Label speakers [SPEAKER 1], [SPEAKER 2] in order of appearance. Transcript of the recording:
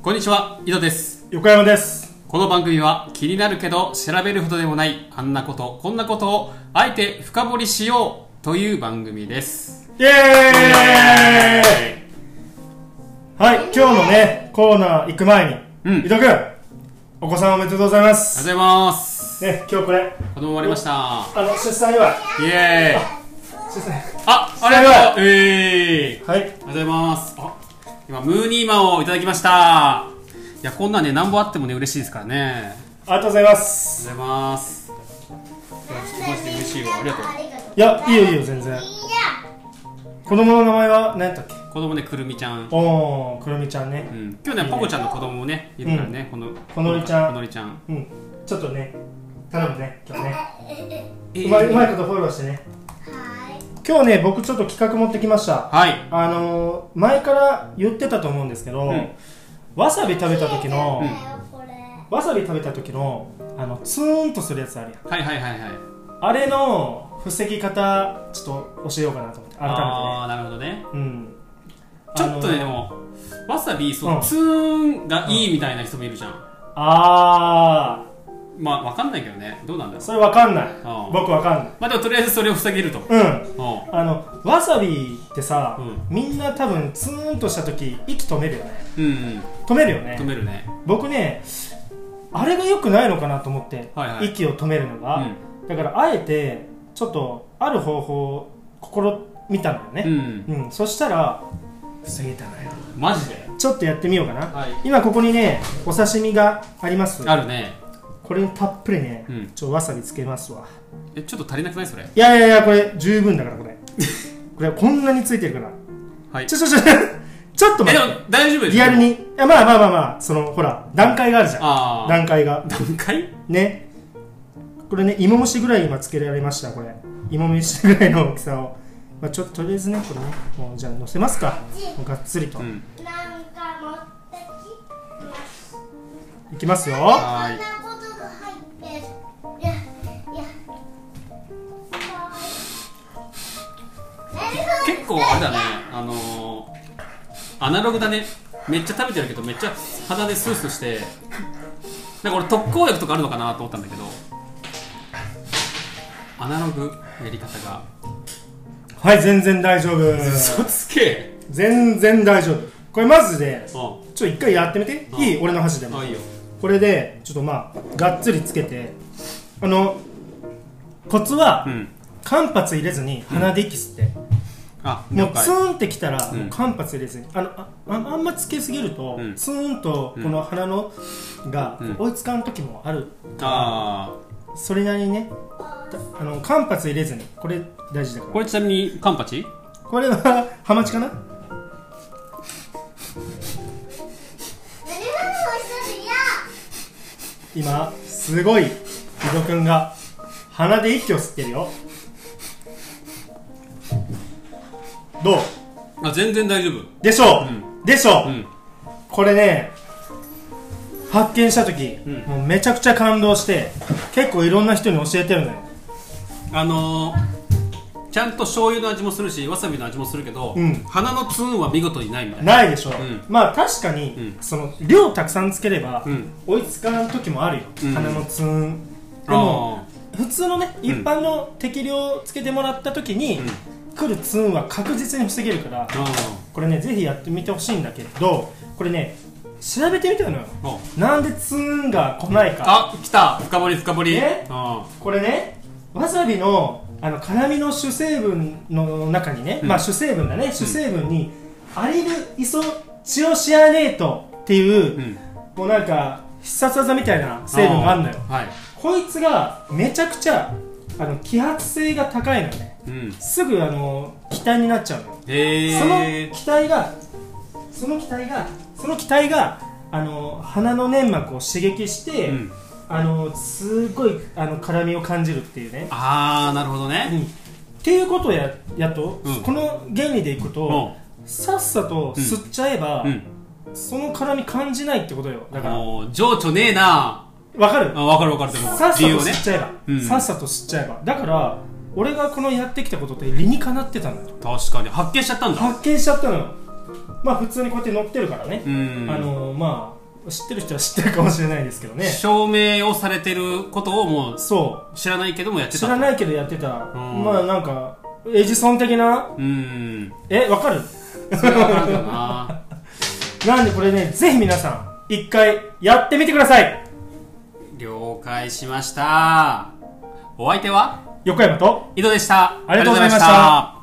[SPEAKER 1] こんにちは井戸です
[SPEAKER 2] 横山です
[SPEAKER 1] この番組は気になるけど調べるほどでもないあんなことこんなことをあえて深掘りしようという番組です
[SPEAKER 2] イエーイはい今日のねコーナー行く前に、
[SPEAKER 1] うん
[SPEAKER 2] 伊藤君お子さんおめでとうございます、
[SPEAKER 1] ありがとうございます
[SPEAKER 2] ね今日これ
[SPEAKER 1] 子供終わりました
[SPEAKER 2] あの出産祝い
[SPEAKER 1] イエーイ
[SPEAKER 2] 出産
[SPEAKER 1] あありがとうえー
[SPEAKER 2] はい
[SPEAKER 1] ありがとうございますあ今ムーニーマンをいただきましたいやこんなんねなんぼあってもね嬉しいですからね
[SPEAKER 2] ありがとうございま
[SPEAKER 1] あ
[SPEAKER 2] す
[SPEAKER 1] りがとうございますいやちょっとマジで嬉しいわありがとう
[SPEAKER 2] いやいいよいいよ全然子供の名前は何やったっけ
[SPEAKER 1] 子供ねくるみちゃん、
[SPEAKER 2] おおくるみちゃん
[SPEAKER 1] う
[SPEAKER 2] ね
[SPEAKER 1] ん、今日ねポコちゃんの子供もねいるからね、この
[SPEAKER 2] ほのりちゃん
[SPEAKER 1] ほのりちゃん
[SPEAKER 2] うんちょっとね頼むね今日ね
[SPEAKER 1] え
[SPEAKER 2] うまいうまいことフォローしてね今日ね僕ちょっと企画持ってきました
[SPEAKER 1] はい
[SPEAKER 2] あのー前から言ってたと思うんですけど、
[SPEAKER 1] うん
[SPEAKER 2] わさび食べた時の、
[SPEAKER 1] うん
[SPEAKER 2] わさび食べた時のあのツーンとするやつあるやん
[SPEAKER 1] はいはいはいはい
[SPEAKER 2] あれの防ぎ方ちょっと教えようかなと思って改
[SPEAKER 1] ああなるほどね
[SPEAKER 2] めてねうん
[SPEAKER 1] ちょっとね
[SPEAKER 2] あ
[SPEAKER 1] で
[SPEAKER 2] の
[SPEAKER 1] もわさびそうの
[SPEAKER 2] ん
[SPEAKER 1] ツーンがいいみたいな人もいるじゃん、
[SPEAKER 2] あ
[SPEAKER 1] まあわかんないけどねどうなんだ
[SPEAKER 2] ー
[SPEAKER 1] ろ
[SPEAKER 2] それわかんない
[SPEAKER 1] あー
[SPEAKER 2] 僕わかんないう
[SPEAKER 1] まあでもとりあえずそれを防げると、うん、
[SPEAKER 2] うん
[SPEAKER 1] あ
[SPEAKER 2] あのわさびってさ、
[SPEAKER 1] う
[SPEAKER 2] みんな多分ツーンとした時息止めるよね
[SPEAKER 1] うんうん
[SPEAKER 2] 止めるよね
[SPEAKER 1] 止めるね
[SPEAKER 2] 僕ねあれが良くないのかなと思って、
[SPEAKER 1] はいはい
[SPEAKER 2] 息を止めるのが、だからあえてちょっとある方法を試みたのよ
[SPEAKER 1] う
[SPEAKER 2] ね、
[SPEAKER 1] ん
[SPEAKER 2] うんそしたら防げたのよ
[SPEAKER 1] マジで
[SPEAKER 2] ちょっとやってみようかな、
[SPEAKER 1] はい
[SPEAKER 2] 今ここにねお刺身があります
[SPEAKER 1] あるね
[SPEAKER 2] これにたっぷりね、
[SPEAKER 1] うん
[SPEAKER 2] ちょわさびつけますわ
[SPEAKER 1] えちょっと足りなくないそれ
[SPEAKER 2] いやいやいやこれ十分だから これこれこんなについてるから
[SPEAKER 1] はい
[SPEAKER 2] ちょちょちょ ちょっと
[SPEAKER 1] え
[SPEAKER 2] 待
[SPEAKER 1] で
[SPEAKER 2] っ
[SPEAKER 1] も
[SPEAKER 2] て
[SPEAKER 1] 大丈夫です
[SPEAKER 2] リアルにいやまあまあまあまあそのほら段階があるじゃん
[SPEAKER 1] ああ
[SPEAKER 2] 段階が
[SPEAKER 1] 段階
[SPEAKER 2] ねこれね芋虫ぐらい今つけられましたこれ芋虫ぐらいの大きさを、まあ、ちょっととりあえずねこれねもうじゃあ乗せますかもうがっつりと、
[SPEAKER 1] うん
[SPEAKER 3] なんか持ってきます。
[SPEAKER 2] いきますよ
[SPEAKER 1] は
[SPEAKER 3] こん
[SPEAKER 1] い
[SPEAKER 3] なことが入ってる。いや、いや。かわいい
[SPEAKER 1] 結構あれだねあのー、アナログだねめっちゃ食べてるけどめっちゃ鼻でスースーしてなんか俺特効薬とかあるのかなと思ったんだけどアナログやり方が
[SPEAKER 2] はい全然大丈夫
[SPEAKER 1] 嘘つけ
[SPEAKER 2] 全然大丈夫これまずで
[SPEAKER 1] あ
[SPEAKER 2] ちょっと一回やってみて
[SPEAKER 1] うん
[SPEAKER 2] いい俺の箸でも
[SPEAKER 1] あいいよ
[SPEAKER 2] これでちょっとまあがっつりつけてあのコツは
[SPEAKER 1] うん
[SPEAKER 2] 間髪入れずに鼻で息吸って、
[SPEAKER 1] あ
[SPEAKER 2] も
[SPEAKER 1] 了
[SPEAKER 2] うツ
[SPEAKER 1] 解
[SPEAKER 2] ーンってきたら、
[SPEAKER 1] うん
[SPEAKER 2] もう間髪入れずにあのあああんまつけすぎると、
[SPEAKER 1] うん
[SPEAKER 2] ツーンとこの鼻のが
[SPEAKER 1] うん
[SPEAKER 2] 追いつかん時もあるか
[SPEAKER 1] あ
[SPEAKER 2] ら、それなりにねたあの間髪入れずにこれ大事だか
[SPEAKER 1] ー
[SPEAKER 2] ら
[SPEAKER 1] これちなみにカンパチ
[SPEAKER 2] これは ハマチかな
[SPEAKER 3] 何がもするや。
[SPEAKER 2] 今すごい伊戸くんが鼻で息を吸ってるよどう
[SPEAKER 1] あ全然大丈夫
[SPEAKER 2] でしょう、でしょう、
[SPEAKER 1] うん
[SPEAKER 2] これね発見した時、
[SPEAKER 1] うん
[SPEAKER 2] もうめちゃくちゃ感動して結構いろんな人に教えてるのよ
[SPEAKER 1] あのー、ちゃんと醤油の味もするしわさびの味もするけど、
[SPEAKER 2] うん
[SPEAKER 1] 鼻のツーンは見事にないみたいな
[SPEAKER 2] ないでしょ、
[SPEAKER 1] ん
[SPEAKER 2] まあ確かに、
[SPEAKER 1] うん
[SPEAKER 2] その量たくさんつければ、
[SPEAKER 1] うん
[SPEAKER 2] 追いつかん時もあるよ、
[SPEAKER 1] うん
[SPEAKER 2] 鼻のツーンでも
[SPEAKER 1] あ
[SPEAKER 2] 普通のね一般の適量つけてもらった時に、来るツーンは確実に防げるから
[SPEAKER 1] ーあ
[SPEAKER 2] これねぜひやってみてほしいんだけどこれね調べてみたのよ
[SPEAKER 1] ーお
[SPEAKER 2] なんでツーンが来ないか
[SPEAKER 1] あ来た深掘り深掘り
[SPEAKER 2] え
[SPEAKER 1] あ
[SPEAKER 2] これねわさびのあの辛みの主成分の中にね、
[SPEAKER 1] うん
[SPEAKER 2] まあ主成分だね主成分にアリルイソチオシアネートってい
[SPEAKER 1] ー
[SPEAKER 2] う、
[SPEAKER 1] うん
[SPEAKER 2] もうなんか必殺技みたいな成分があるのよ
[SPEAKER 1] はい
[SPEAKER 2] こいつがめちゃくちゃあの揮発性が高いのね
[SPEAKER 1] うん
[SPEAKER 2] すぐあの気体になっちゃうのよ
[SPEAKER 1] へ
[SPEAKER 2] その
[SPEAKER 1] え
[SPEAKER 2] 気体がその気体がその気体があの鼻の粘膜を刺激して、
[SPEAKER 1] うん、
[SPEAKER 2] あのすごいあの辛みを感じるっていうね
[SPEAKER 1] ああなるほど
[SPEAKER 2] う
[SPEAKER 1] ね、
[SPEAKER 2] んっていうことをややっと、
[SPEAKER 1] うん
[SPEAKER 2] この原理でいく
[SPEAKER 1] う
[SPEAKER 2] と、さっさと吸っちゃえば、
[SPEAKER 1] んうん
[SPEAKER 2] その辛み感じないってことよだから
[SPEAKER 1] もう情緒ねえな
[SPEAKER 2] わかる
[SPEAKER 1] あ分かる分かるでも
[SPEAKER 2] さっさと
[SPEAKER 1] 理由をね
[SPEAKER 2] 吸っちゃえば、
[SPEAKER 1] うん
[SPEAKER 2] さっさと吸っちゃえばだから俺がこのやってきたことって理にかなってたのよ
[SPEAKER 1] 確かに発見しちゃったんだ
[SPEAKER 2] 発見しちゃったのよまあ普通にこうやって乗ってるからね、
[SPEAKER 1] うん
[SPEAKER 2] あのまあ知ってる人は知ってるかもしれないですけどね
[SPEAKER 1] 証明をされてることをもう
[SPEAKER 2] そう
[SPEAKER 1] 知らないけどもやってた
[SPEAKER 2] 知らないいけどやってた、
[SPEAKER 1] ん
[SPEAKER 2] まあなんかエジソン的な
[SPEAKER 1] うん
[SPEAKER 2] えわかる
[SPEAKER 1] それは分かるよ な
[SPEAKER 2] なんでこれねぜひ皆さん一回やってみてください
[SPEAKER 1] 了解しましたお相手は
[SPEAKER 2] 横山と
[SPEAKER 1] 井戸でした
[SPEAKER 2] ありがとうございました
[SPEAKER 1] ありがとうございました